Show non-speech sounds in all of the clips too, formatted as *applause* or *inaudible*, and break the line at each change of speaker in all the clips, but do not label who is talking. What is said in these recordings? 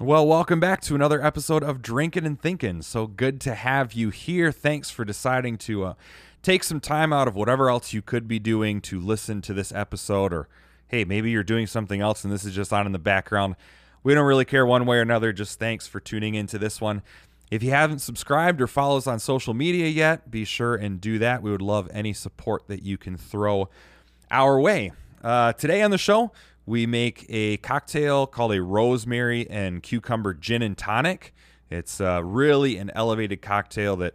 Well, welcome back to another episode of Drinking and Thinking. So good to have you here. Thanks for deciding to uh, take some time out of whatever else you could be doing to listen to this episode, or hey, maybe you're doing something else and this is just on in the background. We don't really care one way or another. Just thanks for tuning into this one. If you haven't subscribed or follow us on social media yet, be sure and do that. We would love any support that you can throw our way. Uh, today on the show, we make a cocktail called a rosemary and cucumber gin and tonic. It's uh, really an elevated cocktail that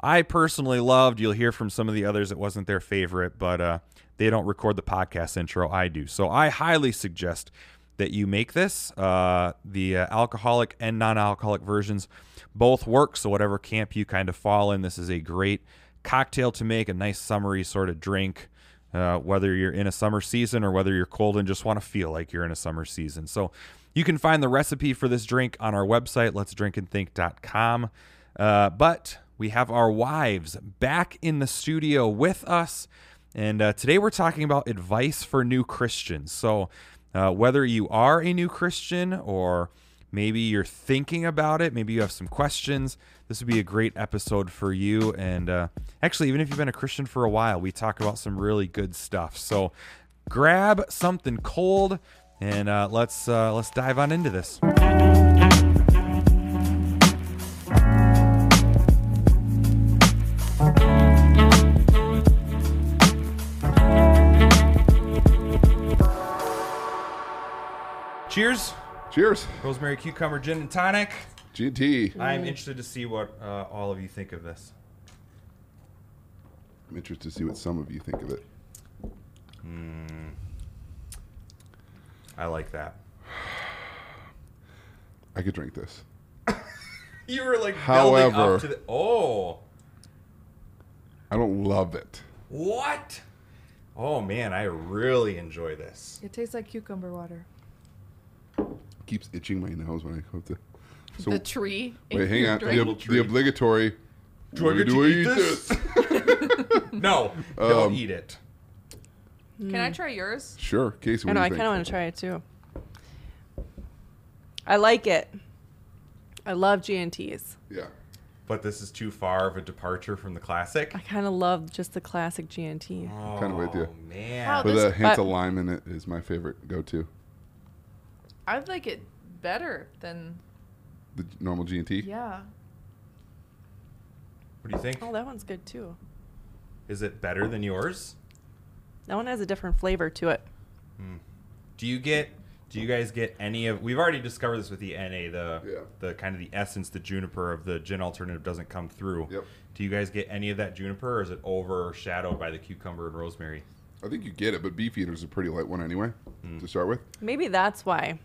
I personally loved. You'll hear from some of the others it wasn't their favorite, but uh, they don't record the podcast intro. I do. So I highly suggest that you make this. Uh, the uh, alcoholic and non alcoholic versions both work. So, whatever camp you kind of fall in, this is a great cocktail to make, a nice summery sort of drink, uh, whether you're in a summer season or whether you're cold and just want to feel like you're in a summer season. So, you can find the recipe for this drink on our website, letsdrinkandthink.com. Uh, but we have our wives back in the studio with us. And uh, today we're talking about advice for new Christians. So, uh, whether you are a new Christian or maybe you're thinking about it, maybe you have some questions, this would be a great episode for you. And uh, actually, even if you've been a Christian for a while, we talk about some really good stuff. So, grab something cold and uh, let's uh, let's dive on into this. Cheers.
Cheers.
Rosemary cucumber gin and tonic.
GT.
I'm interested to see what uh, all of you think of this.
I'm interested to see what some of you think of it.
I like that.
I could drink this.
You were like building
However-
up to the Oh.
I don't love it.
What? Oh man, I really enjoy this.
It tastes like cucumber water.
keeps itching my nose when I go to. So
the *laughs* tree. in
wait, hang
your
on.
drink.
The, ob- the obligatory.
Do I
"Where
get to eat this?" *laughs* No, don't
Um,
eat it.
Can I try yours?
Sure, Casey.
I
What do
know.
you
I
think?
kind of want to try it too. I like it. I love GNTs.
Yeah.
But this is too far of a departure from the classic.
I kind of love just the classic GNT.
Oh,
kinda with you.
man.
Wow,
With
this-
a hint
but-
of lime in uh, it is my favorite go-to.
I like it better than
The g- normal G and T.
yeah.
What do you think?
Oh, that one's good too.
Is it better than yours?
That one has a different flavor to it.
Do you get? Do you guys get any of? We've already discovered this with the NA, the
Yeah.
the kind of the essence, the juniper of the gin alternative doesn't come through.
Yep.
Do you guys get any of that juniper, or is it overshadowed by the cucumber and rosemary?
I think you get it, but Beefeater's a pretty light one anyway
Mm.
to start with.
Maybe that's why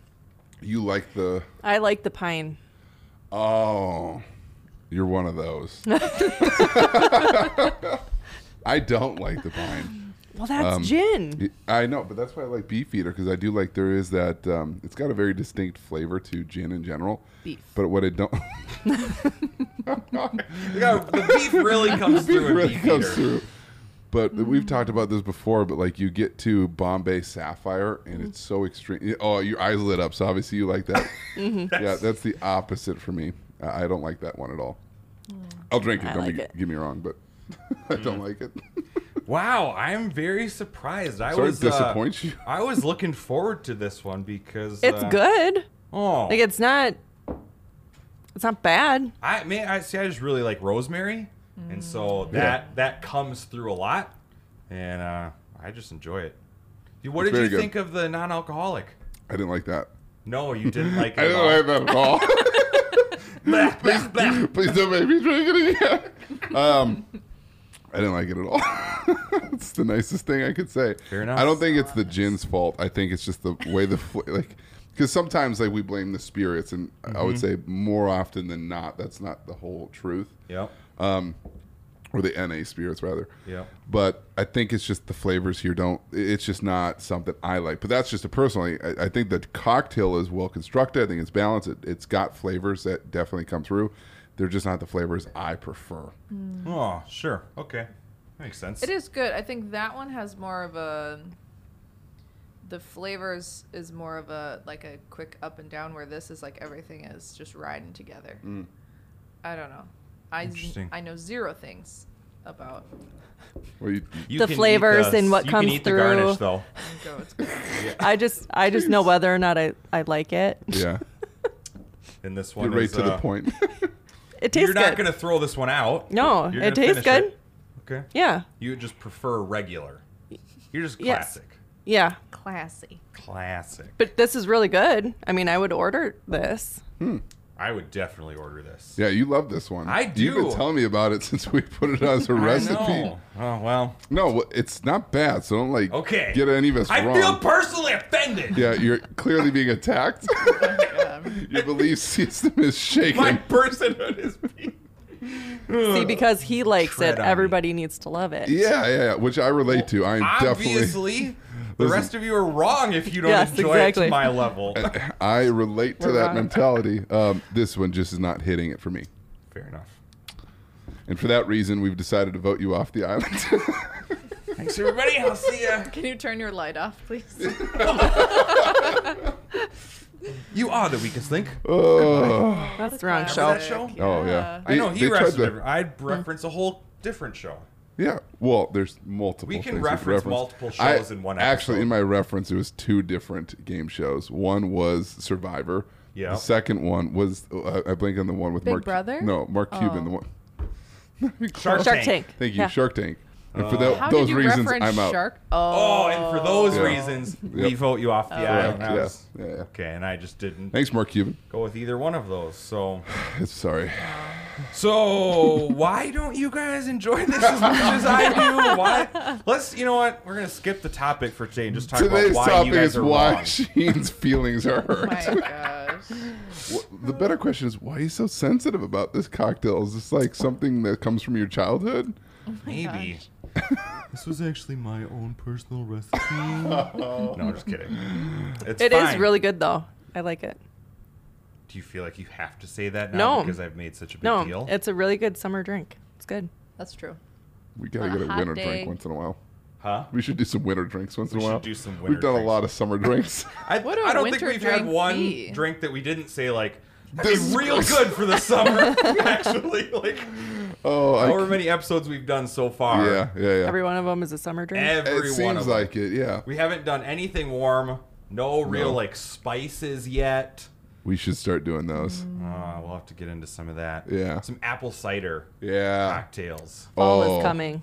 You like the
I like the pine.
oh, you're one of those. *laughs* I don't like the pine.
Well, that's gin.
I know, but that's why I like Beefeater because I do like there is that. Um, it's got a very distinct flavor to gin in general.
Beef.
But what I
*laughs*
don't
*laughs* Yeah, the beef really comes through. in
really
beef
comes
eater.
through. But
Mm.
we've talked about this before. But like you get to Bombay Sapphire and
Mm-hmm.
it's so extreme. Oh, your eyes lit up. So obviously you like
*laughs*
that.
Mm-hmm.
yeah, that's the opposite for me. I I don't like that one at all. I'll drink it.
Mm. I
don't
like
me,
it.
get me wrong, but *laughs* I don't
Mm.
like it.
Wow, I'm very surprised. I
Sorry
was
to disappoint
uh,
you. *laughs*
I was looking forward to this one because
It's
uh,
good.
Oh,
Like it's not. It's not bad.
I man, I see. I just really like rosemary, and
Mm.
so that that comes through a lot, and uh, I just enjoy it. You- What
It's
did you
very good.
think of the non-alcoholic?
I didn't like that.
No, you
*laughs*
didn't like it.
I
at
didn't
all.
like that at all.
*laughs*
*laughs*
Blah, blah, blah.
Please don't make me drink it again. Um, I didn't like it at all. *laughs* it's the nicest thing I could say.
Fair enough.
I don't think it's the gin's fault. I think it's just the way the fl- like because sometimes like we blame the spirits, and I would say
Mm-hmm.
more often than not that's not the whole truth, Um,
Yep.
or the NA spirits rather.
Yeah.
But I think it's just the flavors here don't. It's just not something I like. But that's just a personally. I, I think the cocktail is well constructed. I think it's balanced. It, it's got flavors that definitely come through. They're just not the flavors I prefer.
Oh, sure. Okay, makes sense.
It is good. I think that one has more of a the flavors is more of a like a quick up and down where this is like everything is just riding together.
Mm.
I don't know. I z-
Interesting.
I know zero things about
*laughs*
Well, you,
You
The
can eat
flavors
the-
and what
you
comes
can eat The garnish,
through.
though.
*laughs*
goats.
I just I just know whether or not I, I like it.
yeah,
And this
get
one
right
is,
to the
uh,
point. *laughs*
It tastes
You're not
good.
gonna throw this one out.
No,
You're gonna
it tastes
finish it.
good.
Okay.
Yeah.
You just prefer regular. You're just
Yes.
classic.
Yeah.
Classy.
Classic.
But this is really good. I mean, I would order this.
I would definitely order this.
yeah, you love this one.
I
You've been
do.
telling me about it *laughs* since we put it as a
I
recipe.
know. Oh well.
No, it's not bad. So don't like
Okay.
get any of us
I
wrong.
feel personally offended.
yeah, you're clearly being attacked. *laughs* Your belief system is
*laughs*
shaken.
My personhood is. being- *laughs*
See, because he likes
Tread
it,
on
everybody needs to love it.
yeah, yeah, yeah, which I relate to. I'm definitely
Obviously, the
Listen.
rest of you are wrong if you don't
Yes,
enjoy it
exactly.
to my
*laughs*
level.
*laughs*
*laughs*
I relate to
We're
that
wrong.
mentality. Um, this one just is not hitting it for me.
Fair enough.
And for that reason, we've decided to vote you off the *laughs* island.
Thanks everybody. I'll see ya.
Can you turn your light off,
*laughs*
please?
You are the weakest link.
oh,
That's the wrong
Classic.
show.
that show?
oh yeah.
I know
They-
he
they tried
referenced.
to-
it. I'd reference a whole different show.
Yeah. Well, there's multiple.
We can
things
reference multiple shows in one
Actually,
episode.
in my reference, it was two different game shows. One was Survivor.
Yeah.
The second one was uh, I blank on the one with
Big
Mark.
Brother?
No, Mark Cuban. The
Oh. *laughs*
one.
Shark,
Shark Tank.
Thank you,
Yeah.
Shark Tank. And
Uh,
for tho-
How
those
did you
reasons,
reference
I'm out.
shark?
Oh, and for those
Yeah.
reasons, we vote you
Oh.
off the
Correct,
island. That
yeah,
was-
yeah, yeah.
Okay, and I just didn't
Thanks, Mark Cuban. *laughs*
go with either one of those. So,
Sorry.
so why don't you guys enjoy this as much as I do? Why? Let's. You know what? We're gonna skip the topic for today and just talk
Today's
about why
topic
you guys
is
are
why
wrong.
Sheen's feelings are
Oh
hurt.
my
*laughs*
gosh.
Wh- the better question is why are you so sensitive about this cocktail? Is this like something that comes from your childhood?
Maybe. this was actually my own personal recipe. no, I'm just kidding. It's
Oh It is
fine.
really good though. I like it.
Do you feel like you have to say that now
No.
because I've made such a big
no,
deal?
it's a really good summer drink. It's good.
That's true.
We gotta
On a
get a
hot
winter
day.
drink once in a while.
huh?
We should do some winter drinks once
We
in a
should
while.
do some winter
We've done a
drinks.
lot of
*laughs*
summer drinks. *laughs*
I,
What do
I don't think
winter
we've had
drinks
one
be?
drink that we didn't say like
This
this
is
is real
gross."
good for the
*laughs*
summer. *laughs* actually, like
oh, I
however
c-
many episodes we've done so far,
yeah, yeah, yeah.
Every one of them is a summer drink.
every
it
one of
seems
them.
like it. Yeah,
we haven't done anything warm. No real
No.
like spices yet.
we should start doing those.
Uh, we'll have to get into some of that.
Yeah. Ah.
some apple cider
Yeah,
cocktails.
Fall
Oh.
is coming.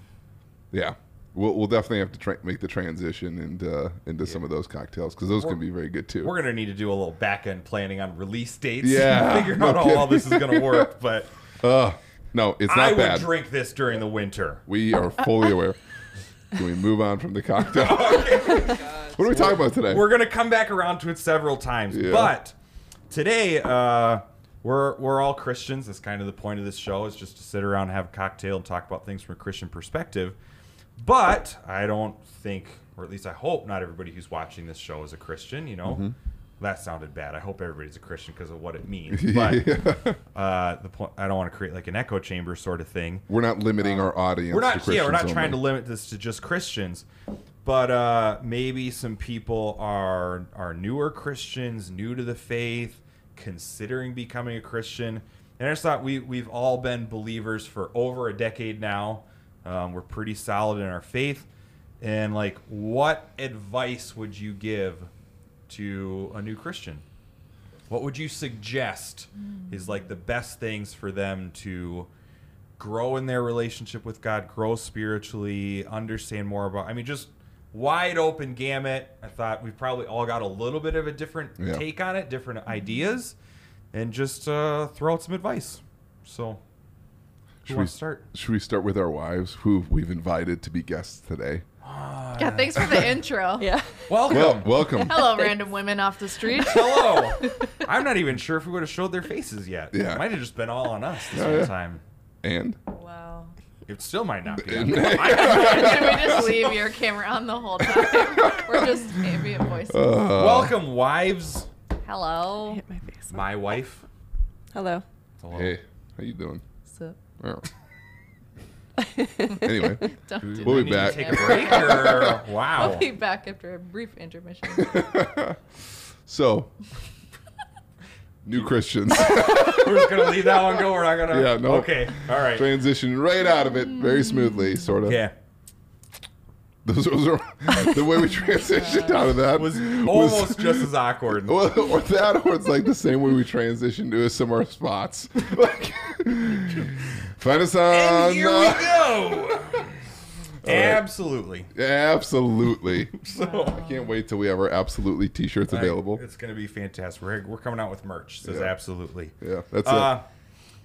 yeah. We'll, we'll definitely have to tra- make the transition and uh, into some of those cocktails because those can be very good too.
We're gonna need to do a little back end planning on release dates.
Yeah.
figure
No
out how all
kidding.
this is gonna work.
*laughs*
But
Ugh. no, it's
I
not
would
bad.
drink this during the
*laughs*
winter.
We are fully aware. Can we move on from
*laughs*
the cocktail? what are we talking about today?
We're gonna come back around to it several times,
Yeah.
but today uh, we're we're all Christians. That's kind of the point of this show is just to sit around, and have a cocktail, and talk about things from a Christian perspective. But I don't think, or at least I hope, not everybody who's watching this show is a Christian. You
Mm-hmm.
know, that sounded bad. I hope everybody's a Christian because of what it
*laughs*
means. But uh, the point, I don't want to create like an echo chamber sort of thing
We're not limiting our audience.
Uh, we're
to
not yeah we're not
Christians
trying to
only.
limit this to just christians but uh maybe some people are are newer christians new to the faith considering becoming a christian and i just thought we we've all been believers for over a decade now um, we're pretty solid in our faith and like what advice would you give to a new christian what would you suggest is like the best things for them to grow in their relationship with God, grow spiritually, understand more about? I mean, just wide open gamut. I thought we've probably all got a little bit of a different
Yeah.
take on it, different ideas, and just uh, throw out some advice. So,
Should
who
we-
wants to start?
Should we start with our wives, who we've invited to be guests today?
*gasps*
Uh,
Yeah, thanks for
*laughs*
the intro.
*laughs*
Yeah. *laughs*
Welcome.
Well, welcome.
*laughs* Hello, random women off the street.
*laughs* Hello.
*laughs*
I'm not even sure if we would have showed their faces yet.
Yeah.
It might have just been all on us this
Yeah,
whole
yeah.
time.
And
Wow.
It still might not
*laughs*
be.
Should we just leave your camera on the whole *laughs* time? We're just ambient
uh,
voices.
Uh. Welcome, wives.
I
Hello.
hit my face.
My wife.
Hello.
Hello.
*laughs*
hey, how you doing?
Sup?
Well, Anyway,
Don't do
We'll
that.
be back.
Take a break
*laughs*
or *laughs* wow.
I'll be back after a brief
*laughs*
intermission.
*laughs* so new
*laughs*
Christians
We're just gonna leave that one go. We're not gonna.
Yeah, no.
Okay. All right.
transition right out of it very smoothly, sort of.
Yeah.
Those, those are *laughs* the way we transitioned out of that
Was almost just as
*laughs*
awkward.
Well, or that, or it's like the same way we transitioned to some of our spots. *laughs* Like, find us on.
and here
uh,
we
*laughs*
go. Absolutely.
absolutely.
*laughs* So
I can't wait till we have our absolutely T-shirts available.
It's gonna be fantastic. We're, we're coming out with merch. Says
Yeah.
absolutely.
Yeah, that's
Uh,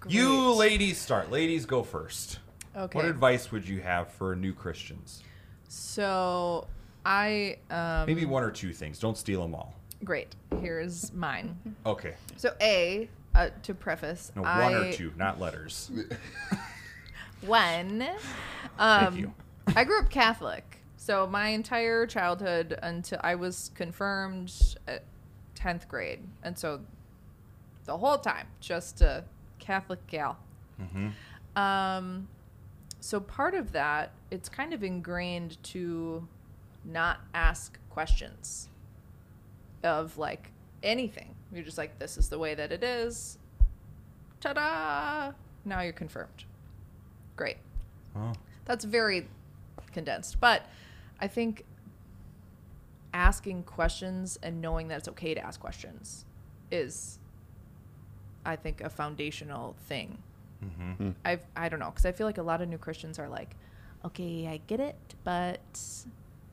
you
Great.
ladies start. Ladies go first.
Okay.
What advice would you have for new Christians?
So I um
Maybe one or two things. Don't steal them all.
great. Here's mine.
Okay.
So A uh, to preface,
No,
I,
one or two, not letters.
One.
Thank
Um,
you.
I grew up Catholic, so my entire childhood until I was confirmed at tenth grade, and so the whole time just a Catholic gal. Um, so part of that, it's kind of ingrained to not ask questions of like anything. You're just like, this is the way that it is. Ta da! Now you're confirmed. Great.
Oh.
That's very condensed, but I think asking questions and knowing that it's okay to ask questions is, I think, a foundational thing.
Mm-hmm.
I've I don't know because I feel like a lot of new Christians are like, okay, I get it, but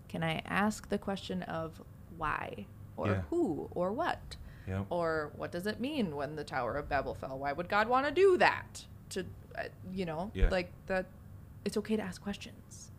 can I ask the question of why or
Yeah.
who or what
Yep.
or what does it mean when the Tower of Babel fell? Why would God want to do that? To uh, you know,
Yeah.
like that, it's okay to ask questions.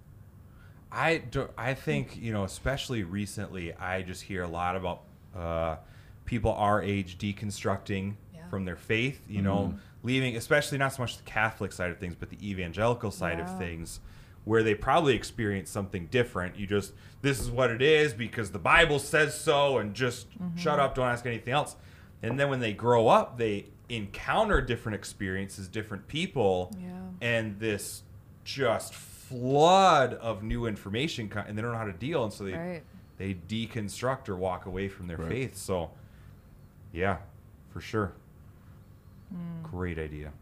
I do, I think you know, especially recently, I just hear a lot about uh, people our age deconstructing
Yeah.
from their faith. You know, leaving, especially not so much the Catholic side of things, but the evangelical side
Yeah.
of things, where they probably experience something different. You just this is what it is because the Bible says so, and just
Mm-hmm.
shut up, don't ask anything else. And then when they grow up, they encounter different experiences, different people,
Yeah.
and this just flood of new information co- and they don't know how to deal and so they
Right.
they deconstruct or walk away from their
Right.
faith so yeah for sure
Hmm.
great idea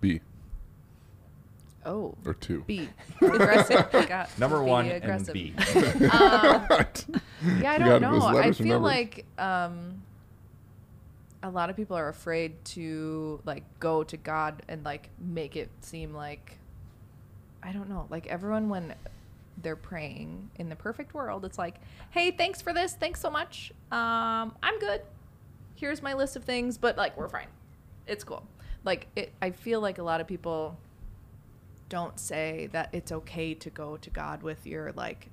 B
Oh,
or two. *laughs*
B aggressive. I got
number
B,
one
aggressive. *laughs*
and b
Yeah, I
Forgot
don't
it was
know. I
letters from
feel
numbers.
like um, a lot of people are afraid to like go to God and like make it seem like I don't know. Like everyone when they're praying in the perfect world, it's like, "Hey, thanks for this. Thanks so much. Um, I'm good. Here's my list of things, but like we're fine. It's cool." Like it, I feel like a lot of people don't say that it's okay to go to God with your like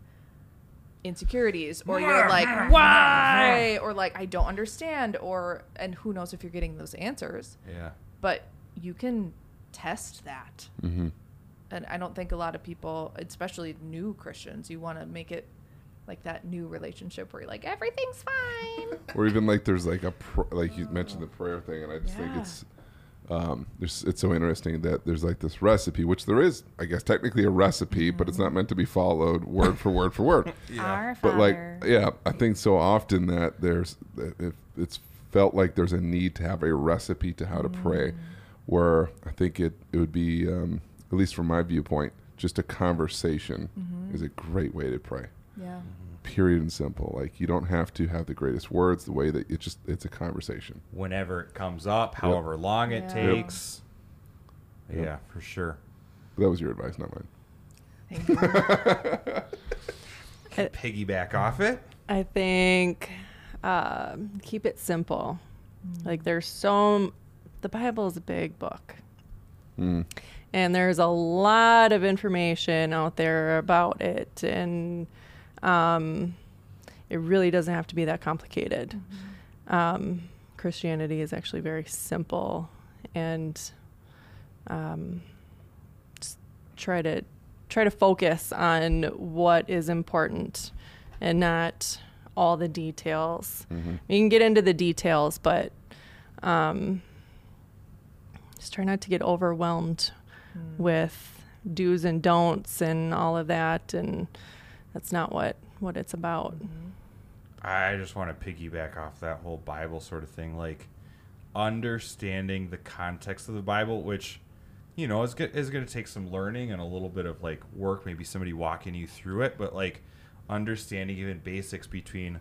insecurities or you're like why or like I don't understand or and who knows if you're getting those answers
yeah
but you can test that
Mm-hmm.
and I don't think a lot of people especially new Christians you want to make it like that new relationship where you're like everything's
*laughs*
fine
or even like there's like a pr- like you mentioned the prayer thing and i just think
Yeah.
it's um there's it's so interesting that there's like this recipe which there is i guess technically a recipe but it's not meant to be followed word for word for word
Our
but like
Father.
yeah i think so often that there's that if it's felt like there's a need to have a recipe to how to pray where i think it it would be um at least from my viewpoint just a conversation is a great way to pray
yeah
period and simple like you don't have to have the greatest words the way that it just it's a conversation
whenever it comes up however long it
Yeah. Yep.
takes yeah for sure
that was your advice not mine
*laughs* thank you Uh,
piggyback off it
I think um, keep it simple.
Mm-hmm.
Like there's so m- the Bible is a big book,
Mm.
and there's a lot of information out there about it, and um, it really doesn't have to be that complicated. Um, Christianity is actually very simple, and um, just try to try to focus on what is important and not all the details. You can get into the details, but um, just try not to get overwhelmed with do's and don'ts and all of that and that's not what what it's about.
I just want to piggyback off that whole Bible sort of thing, like understanding the context of the Bible, which you know is go- is going to take some learning and a little bit of like work, maybe somebody walking you through it, but like understanding even basics between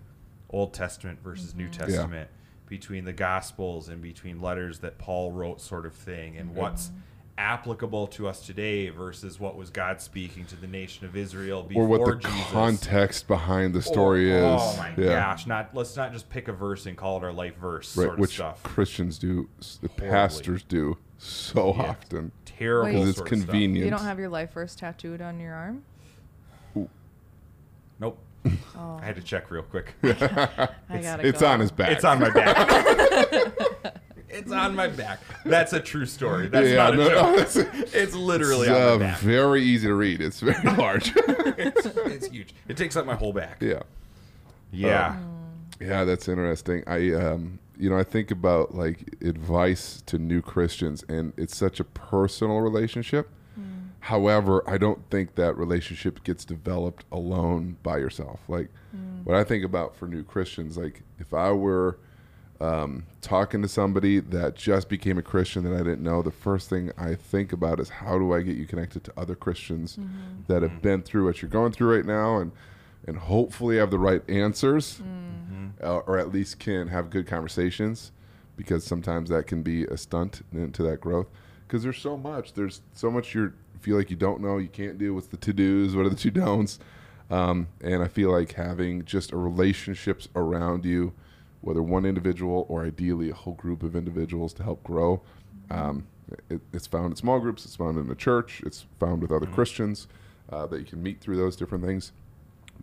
Old Testament versus New
Mm-hmm.
Testament, between the Gospels and between letters that Paul wrote, sort of thing,
Mm-hmm.
and what's applicable to us today versus what was God speaking to the nation of Israel before
or what the
Jesus
context behind the story
oh,
is.
Oh my
yeah.
gosh! Not let's not just pick a verse and call it our life verse sort
Right,
of
which
stuff.
Christians do, s- the pastors do so
Yeah.
often
Terrible.
Wait.
because it's
sort of stuff.
convenient.
You don't have your life verse tattooed on your arm?
Nope.
*laughs* Oh,
I had to check real quick.
*laughs*
I gotta
it's
go.
on his back.
It's on my back. it's on my back. That's a true story. That's
Yeah,
not a
no, no, *laughs*
joke.
that's-
it's literally
It's,
on my
uh,
back.
very easy to read. It's very *laughs* large.
It's, it's huge. It takes up my whole back.
yeah.
Oh.
Yeah.
Yeah, that's interesting. I um, you know, I think about like advice to new Christians and it's such a personal relationship. However, I don't think that relationship gets developed alone by yourself. Like what I think about for new Christians, like if I were um, talking to somebody that just became a Christian that I didn't know, the first thing I think about is how do I get you connected to other Christians that have been through what you're going through right now and and hopefully have the right answers uh, or at least can have good conversations because sometimes that can be a stunt into that growth because there's so much there's so much you feel like you don't know you can't do what's the to-dos what are the two don'ts um, and i feel like having just a relationships around you whether one individual or ideally a whole group of individuals to help grow um, it, it's found in small groups it's found in the church it's found with other christians uh, that you can meet through those different things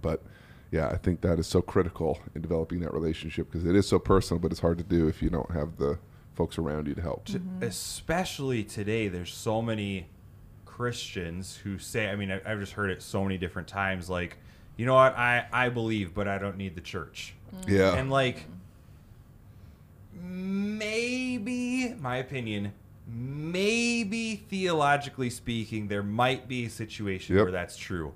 but yeah, I think that is so critical in developing that relationship because it is so personal, but it's hard to do if you don't have the folks around you to help.
T- Especially today, there's so many Christians who say, I mean, I, I've just heard it so many different times. Like, you know what? I, I believe, but I don't need the church.
Mm-hmm. Yeah.
and like maybe my opinion maybe theologically speaking there might be a situation
Yep. Mm-hmm.
where that's true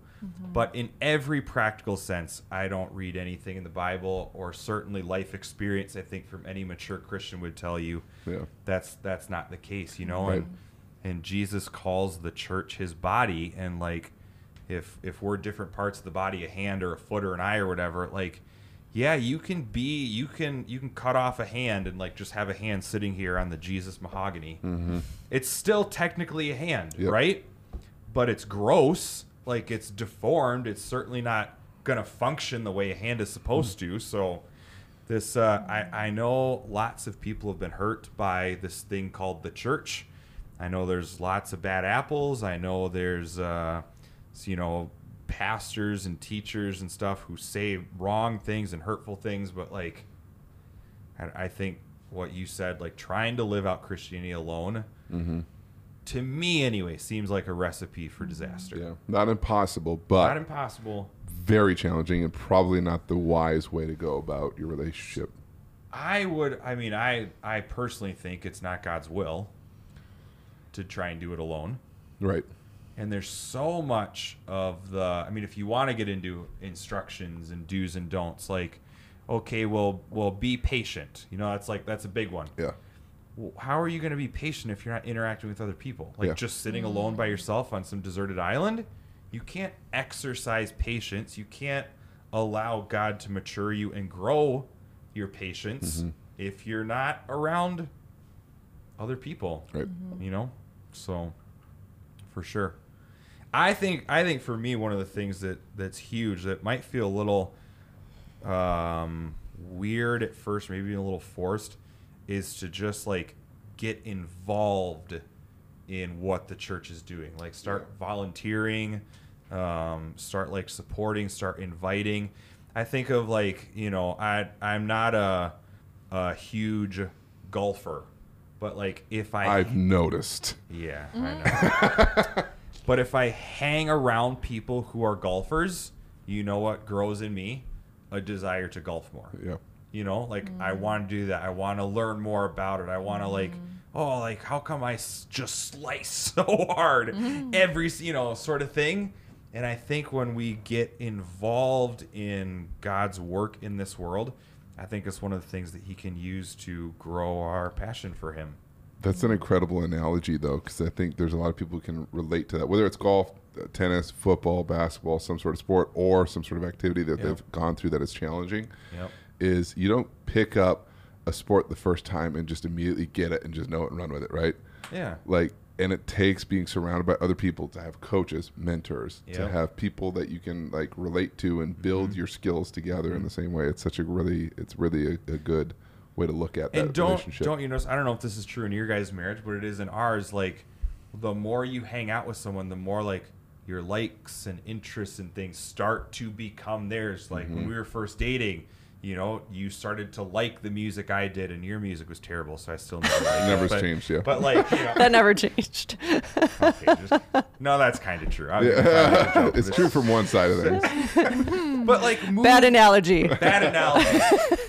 but in every practical sense i don't read anything in the bible or certainly life experience i think from any mature christian would tell you
Yeah.
that's that's not the case you know
Right.
and and jesus calls the church his body and like if if we're different parts of the body a hand or a foot or an eye or whatever like yeah you can be you can you can cut off a hand and like just have a hand sitting here on the jesus mahogany it's still technically a hand
Mm-hmm. Yep.
right but it's gross like it's deformed it's certainly not gonna function the way a hand is supposed to so this uh, I, I know lots of people have been hurt by this thing called the church i know there's lots of bad apples i know there's uh, s- you know pastors and teachers and stuff who say wrong things and hurtful things but like i, I think what you said like trying to live out christianity alone to me anyway seems like a recipe for disaster
Yeah. Not impossible, but
not impossible
very challenging and probably not the wise way to go about your relationship.
I would. I mean, I I personally think it's not God's will to try and do it alone.
Right.
And there's so much of the. I mean, if you want to get into instructions and do's and don'ts, like, okay, well, well, be patient. You know, that's like that's a big one.
Yeah.
Well, how are you going to be patient if you're not interacting with other people? Like
Yeah.
just sitting alone by yourself on some deserted island, you can't exercise patience. You can't allow God to mature you and grow your patience if you're not around other people.
Right.
You know? So for sure. I think I think for me one of the things that that's huge that might feel a little um, weird at first, maybe a little forced, is to just like get involved in what the church is doing. Like start volunteering, um, start like supporting, start inviting. I think of like you know I I'm not a a huge golfer, but like if I
I've noticed.
yeah, I know. *laughs* but if I hang around people who are golfers, you know what grows in me? A desire to golf more.
Yeah.
You know, like I want to do that. I want to learn more about it. I want to like oh, like how come I s- just slice *laughs* so hard every s- you know sort of thing. And I think when we get involved in God's work in this world, I think it's one of the things that He can use to grow our passion for Him.
That's an incredible analogy, though, because I think there's a lot of people who can relate to that, whether it's golf, uh, tennis, football, basketball, some sort of sport, or some sort of activity that
Yeah.
they've gone through that is challenging.
Yep.
Is you don't pick up a sport the first time and just immediately get it and just know it and run with it, right?
Yeah.
Like, and it takes being surrounded by other people to have coaches, mentors, to
Yep.
have people that you can like relate to and build
Mm-hmm.
your skills together in the same way. It's such a really, it's really a, a good way to look at that
and don't
relationship.
don't you notice i don't know if this is true in your guys marriage but it is in ours like the more you hang out with someone the more like your likes and interests and things start to become theirs like
Mm-hmm.
when we were first dating you know you started to like the music i did and your music was terrible so i still
*laughs*
never liked it,
Never's
but-
changed, yeah. *laughs*
but like
*laughs*
you know,
That never changed.
okay, just- no that's kind of
*laughs*
true I was gonna try to make a joke,
Yeah. it's
but
true from one side of things.
*laughs* but like move,
Bad analogy.
bad analogy.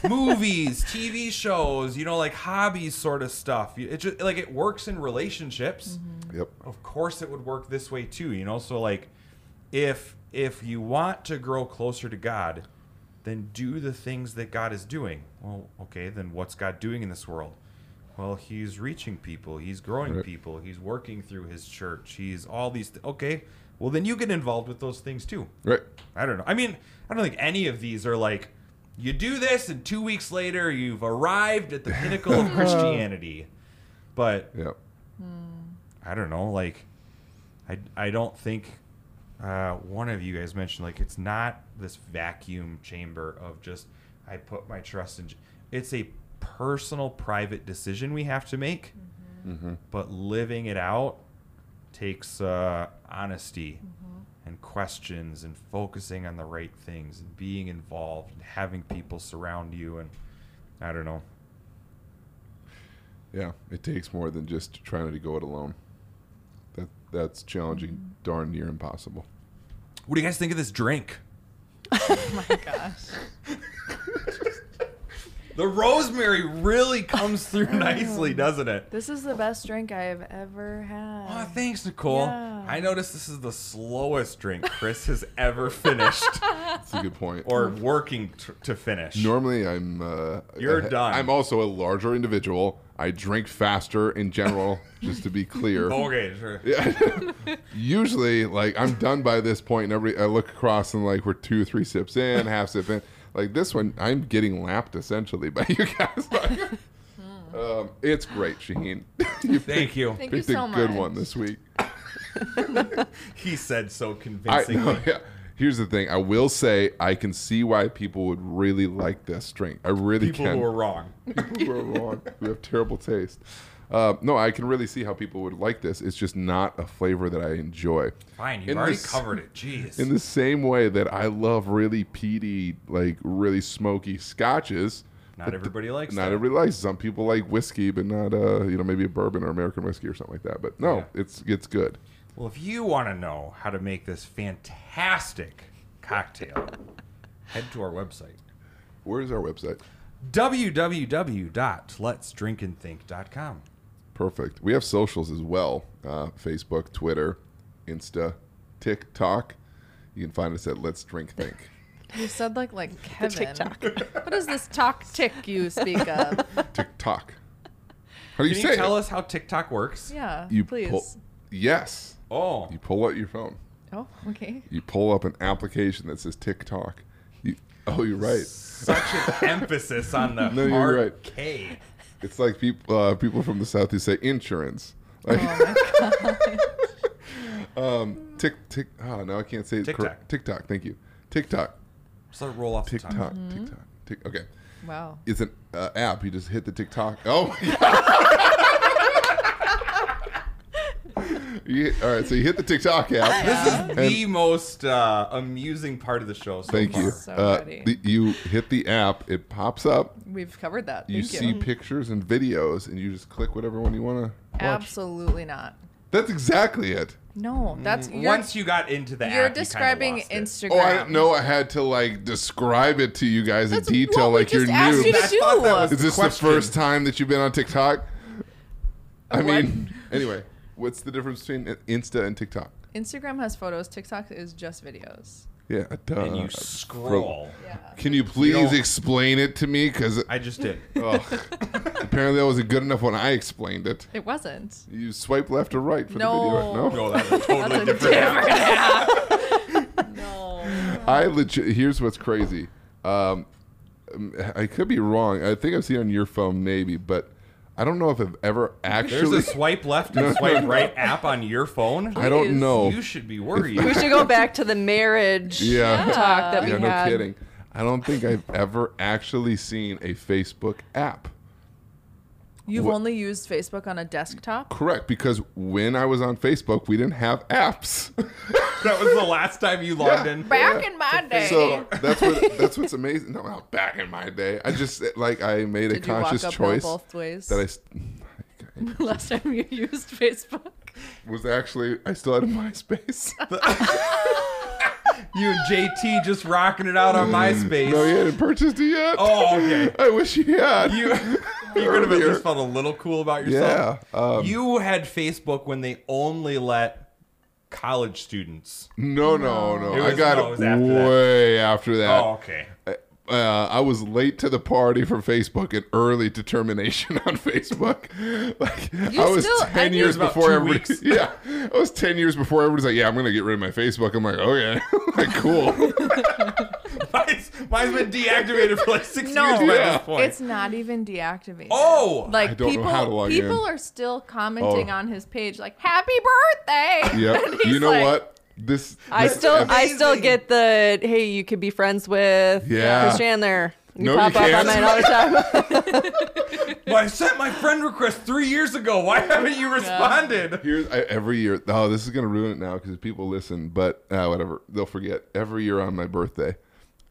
Movies, TV shows, you know, like hobbies, sort of stuff. You- It just like it works in relationships.
Yep.
Of course, it would work this way too. You know, so like, if if you want to grow closer to God, then do the things that God is doing. Well, okay, then what's God doing in this world? Well, he's reaching people. He's growing
Right.
people. He's working through his church. He's all these. Th- okay, well then you get involved with those things too.
Right.
I don't know. I mean, I don't think any of these are like you do this and two weeks later you've arrived at the pinnacle of Christianity. But
Yep.
I don't know, like I I don't think uh, one of you guys mentioned like it's not this vacuum chamber of just I put my trust in. J-" It's a personal, private decision we have to make, but living it out takes uh, honesty
Mm-hmm.
and questions and focusing on the right things and being involved and having people surround you and I don't know.
Yeah. It takes more than just trying to go it alone. That that's challenging,
Mm-hmm.
darn near impossible.
What do you guys think of this drink?
*laughs* Oh my gosh.
The rosemary really comes
*laughs*
through nicely, doesn't it?
This is the best drink I have ever had.
Oh, thanks, Nicole.
Yeah.
I noticed this is the slowest drink Chris has ever finished
That's a good point.
*laughs*
or working t- to finish.
normally I'm uh, *laughs*
You're
I-
done.
I'm also a larger individual. I drink faster
*laughs*
in general, just to be clear.
okay, sure.
Usually, like I'm done by this point, and every I look across and like we're two, three
*laughs*
sips in, half sip in. Like this one, I'm getting lapped essentially by *laughs* you guys. um, it's great, Shaheen. *laughs*
Hmm.
you
Thank you.
Thank you
picked
so
a
much.
good one this week.
He said so
I
convincingly.
*laughs* no, yeah. Here's the thing. I will say I can see why people would really like this drink. I really
People
can.
who are wrong.
*laughs* people who are wrong, who have terrible taste. Uh, no, I can really see how people would like this. It's just not a flavor that I enjoy.
Fine, you've
In
already
this- *laughs*
covered it. Jeez.
In the same way that I love really peaty, like really smoky scotches.
Not everybody likes
Not
that.
everybody likes. it. Some people like whiskey, but not uh, you know, maybe a bourbon or American whiskey or something like that. But no,
Yeah.
it's it's good.
well, if you want to know how to make this fantastic
*laughs*
cocktail, head to our website.
Where's our website?
www.letsdrinkandthink.com.
Perfect. We have socials as well uh, Facebook, Twitter, Insta, TikTok. You can find us at Let's Drink Think.
You said like like
The
Kevin.
TikTok.
What is this talk tick you speak
*laughs*
of?
TikTok. How do you
Can
say
you
it?
tell us how TikTok works?
Yeah.
You
please.
pull. Yes.
Oh,
You pull out your phone.
Oh, okay.
You pull up an application that says TikTok. You, oh, you're right.
such
*laughs*
an emphasis on the
No, you're
hard
right.
K.
It's like people uh, people from the south who say insurance.
Oh
Like, um, tick tick. Oh, now I can't say it
TikTok.
correct. TikTok. Thank you. TikTok.
Just let it roll off the tongue.
TikTok. TikTok.
Mm-hmm.
Tick. Okay.
Wow.
It's an uh, app. You just hit the TikTok. Oh my god. You hit- all right, so you hit the TikTok app.
This is the most uh, amusing part of the show. So
Thank
far.
you.
So
uh,
ready.
the- you hit the app. It pops up.
We've covered that. Thank
You
you.
see pictures and videos, and you just click whatever one you want to watch.
Absolutely not.
That's exactly it.
No, that's you're,
Mm, Once you got into the
you're
app, you kinda
describing
lost it.
Instagram.
Oh, I didn't know I had to like describe it to you guys
That's
in detail
what we
like you're
just asked
new.
you to
I thought that
do.
was
Is this
question.
the first time that you've been on TikTok? I mean, anyway, what's the difference between Insta and TikTok?
Instagram has photos. TikTok is just videos.
Yeah, duh.
and you scroll.
Yeah.
Can you
You
please
don't-
explain it to
*laughs*
me? Because
I just did.
apparently that wasn't good enough when I explained it.
It wasn't.
You swipe left or right for
No.
the video. No,
No, that's a totally
That's a
different.
different
*laughs*
app. *laughs* no.
I legit. Here's what's crazy. Um, um, I could be wrong. I think I've seen it on your phone, maybe, but I don't know if I've ever
There's
actually.
a swipe left and swipe right app on your phone.
I don't
Please.
know.
You should be worried.
We should go back to the
*laughs*
marriage
Yeah.
talk that we
yeah, no
had.
kidding. I don't think I've ever actually seen a Facebook app.
You've
What-
only used Facebook on a desktop?
Correct, because when I was on Facebook, we didn't have apps.
*laughs*
*laughs*
that was the last time you logged
Yeah.
in.
Back in my day. *laughs*
so that's what that's what's amazing. No, well, back in my day, I just like I made a
Did you walk
conscious
up
choice
hill both ways? *laughs*
that I st- *laughs*
*laughs* Last time you used Facebook.
was actually I still had
*laughs*
a MySpace.
You and JT just rocking it out on MySpace.
Mm. no, he hadn't purchased it yet.
Oh, okay.
*laughs* I wish he had.
*laughs* You, you could have at
Earlier.
least felt a little cool about yourself.
Yeah, um,
you had Facebook when they only let college students.
no, no, no.
It
I
was-
got
no, it was after that.
way after that.
Oh, okay. *laughs*
uh, I was late to the party for Facebook and early to termination *laughs* on Facebook. Like
You
I was
still- I
ten
think-
It was
years
about
before
two
everybody.
weeks.
*laughs* Yeah, I was ten years before everybody's like, "Yeah, I'm gonna get rid of my Facebook." I'm like, "Okay, *laughs* like cool."
Mine's, mine's been deactivated for like six
No.
years by
Yeah.
this point.
It's not even deactivated.
oh,
Like
I don't know
people,
how to log in.
people are still commenting
Oh.
on his page like "Happy birthday."
yep.
*laughs* And he's
You know
like,
what? This
I
this
still,
ep-
I still get the hey, you could be friends with
Yeah.
Chris Chandler. You
No,
pop
you
up
can't.
on mine all the time. *laughs*
well, I sent my friend request three years ago. Why haven't you responded?
Here's I, every year. Oh, this is gonna ruin it now because people listen, but uh, whatever. They'll forget. Every year on my birthday,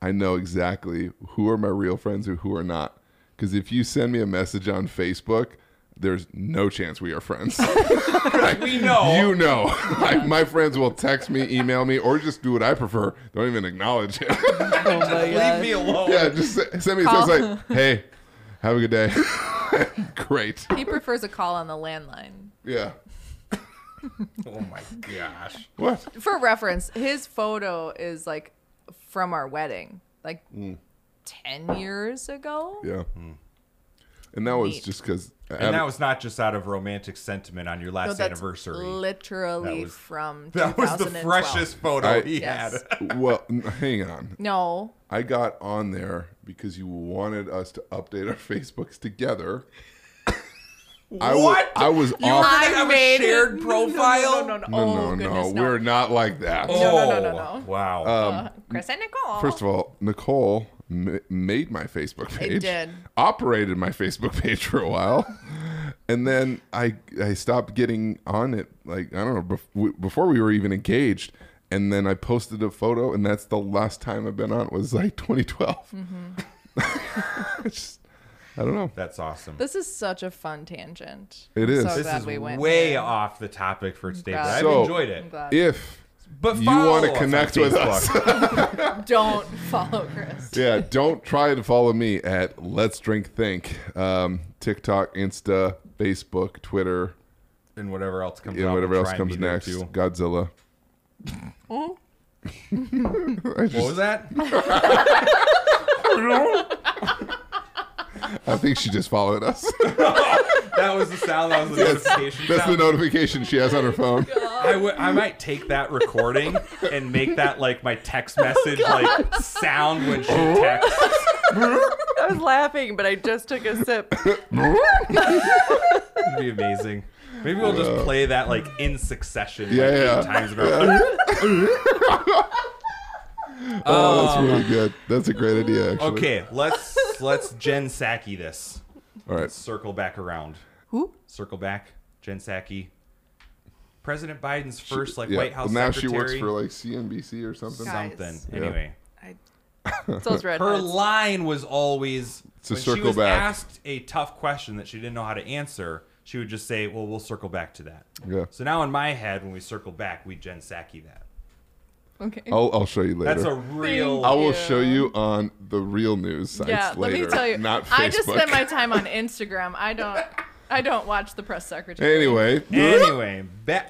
I know exactly who are my real friends and who are not. Because if you send me a message on Facebook, there's no chance we are friends.
We know.
You know, *laughs* like, my friends will text me, email me, or just do what I prefer. Don't even acknowledge it. *laughs*
oh my
Leave me alone.
yeah, just se- send me a text like, "Hey, have a good day." *laughs* Great.
He prefers a call on the landline.
Yeah.
Oh my gosh.
What?
For reference, his photo is like from our wedding, like ten years ago.
Mm. Yeah. And that was
Neat.
just because.
Hmm. And that was not just out of romantic sentiment on your
No,
last
that's
anniversary.
Literally
That was-
from
*laughs* that was the
2012.
freshest photo
I-
he
Yes.
had.
well, n- hang on.
No,
I got on there because you wanted us to update our *laughs* Facebooks together. I wa-
What?
I was
You
off.
were gonna have a
made it-
shared
No, *laughs* no,
profile?
No, no, no, no.
No,
oh,
no,
goodness,
no.
no.
We're not like that.
No, no, no, no,
Oh,
no.
Wow.
Uh, Chris and Nicole.
First of all, Nicole m- made my Facebook page.
did.
Operated my Facebook page for a while, and then I I stopped getting on it. Like I don't know bef- w- before we were even engaged. And then I posted a photo, and that's the last time I've been on. It was like 2012. It's *laughs* just, I don't know.
That's awesome.
This is such a fun tangent.
It
I'm
is.
So
This
glad
This is
we went
way
there.
off the topic for today, but
glad.
I've
So-
enjoyed
I'm
it.
glad.
If
But
you
follow
want
us
to
on
connect with us,
Facebook.
Don't follow Chris.
*laughs* yeah, don't try to follow me at Let's Drink Think, um, TikTok, Insta, Facebook, Twitter,
*laughs* and whatever else comes.
Yeah,
up,
whatever
we'll
else
try and be
comes
there
next.
too.
Godzilla. I,
What
just-
was
*laughs*
that?
I think she just
*laughs*
followed us.
that was the sound. That was the notification.
That's the
sound.
notification she has on her phone.
Oh,
I would- I might take that recording and make that like my
Oh,
text message, like sound when she
Oh.
texts.
I was laughing, but I just took a sip.
It'd be amazing. Maybe we'll just play that like in succession, like
Yeah,
eight
yeah.
times. About.
Oh, that's really good. That's a great idea, actually.
Um, Okay, let's let's Jen Saki this.
All right.
circle back around.
Who?
Circle back. Jen Psaki. President Biden's first like
Yeah.
White House
well, now
secretary.
she works for like CNBC or something.
Guys.
something.
Yeah.
Anyway,
*laughs*
It's those red
her line was always
To
when she
circle
was
back.
asked a tough question that she didn't know how to answer. She would just say, "Well, we'll circle back to that."
Yeah.
So now in my head, when we circle back, we Jen Psaki that.
Oh,
Okay.
I'll, I'll show you later.
That's a real.
I
Thank
will
you.
show you on the real news sites
yeah,
later.
let me tell you.
Not Facebook.
I just spend my time on Instagram. I don't. I don't watch the press
*laughs*
secretary.
Anyway,
Anyway, back.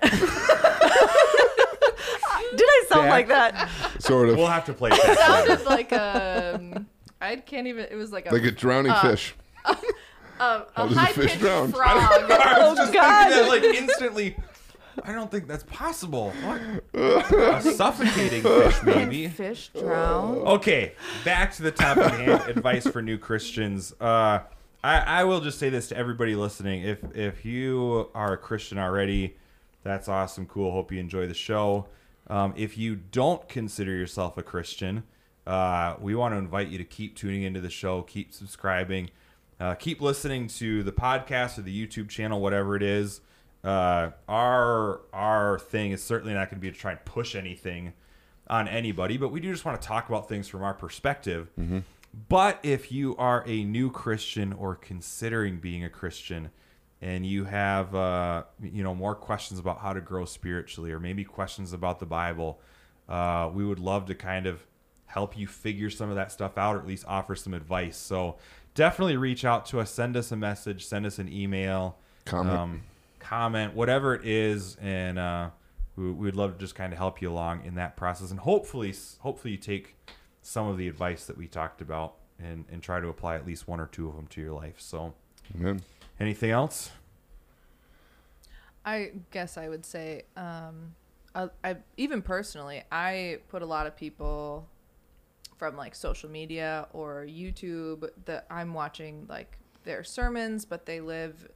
Did I sound
Back.
like that?
sort
*laughs*
of
We'll have to play it back.
sounded like um, I can't even. It was like a
like a drowning
Uh,
fish.
a,
does a
high
fish
pitched
drown? *laughs*
*laughs* frog.
I was just
God.
thinking that like instantly. I don't think that's possible. What? A suffocating fish, maybe.
fish
*laughs*
drown.
Okay, back to the top of hand. *laughs* Advice for new Christians. Uh, I, I will just say this to everybody listening: if if you are a Christian already, that's awesome, cool. Hope you enjoy the show. Um, if you don't consider yourself a Christian, uh, we want to invite you to keep tuning into the show, keep subscribing, uh, keep listening to the podcast or the YouTube channel, whatever it is. Uh, our our thing is certainly not going to be to try and push anything on anybody, but we do just want to talk about things from our perspective. But if you are a new Christian or considering being a Christian, and you have uh, you know more questions about how to grow spiritually, or maybe questions about the Bible, uh, we would love to kind of help you figure some of that stuff out, or at least offer some advice. So definitely reach out to us, send us a message, send us an email,
Comment.
comment, whatever it is, and uh, we, we'd love to just kind of help you along in that process, and hopefully, hopefully you take some of the advice that we talked about and and try to apply at least one or two of them to your life. So,
Amen.
anything else?
I guess I would say, um, I, I even personally, I put a lot of people from like social media or YouTube that I'm watching like their sermons, but they live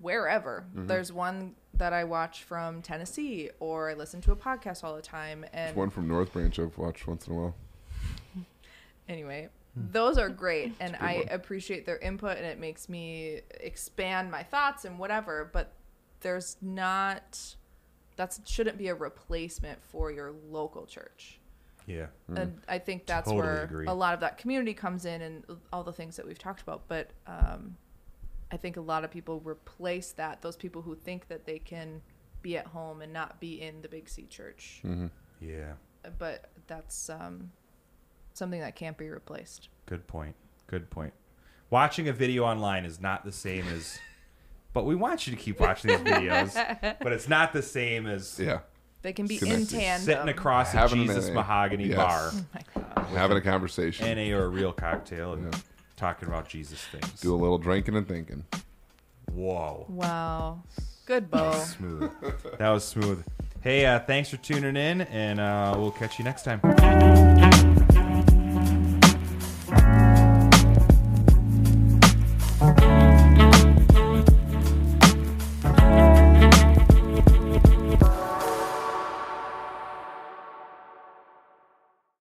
wherever.
Mm-hmm.
There's one that I watch from Tennessee, or I listen to a podcast all the time, and
It's one from North Branch I've watched once in a while.
anyway
Hmm.
those are great and i appreciate their input and it makes me expand my thoughts and whatever but there's not that shouldn't be a replacement for your local church
Yeah.
and i think that's
Hmm. Totally
where
agree.
a lot of that community comes in and all the things that we've talked about but um, i think a lot of people replace that those people who think that they can be at home and not be in the big c church
Hmm. Yeah.
but that's um, something that can't be replaced
Good point. Good point. Watching a video online is not the same as, but we want you to keep watching these videos. but it's not the same as
Yeah,
They can be
Connected.
in tandem.
sitting across a
Having an
Jesus
AA.
mahogany
Yes.
bar,
Oh my God.
having a conversation,
NA or a real cocktail, and talking about Jesus things.
do a little drinking and thinking.
Whoa.
Wow. Good bow.
smooth. *laughs* That was smooth. Hey, uh, thanks for tuning in, and uh, we'll catch you next time.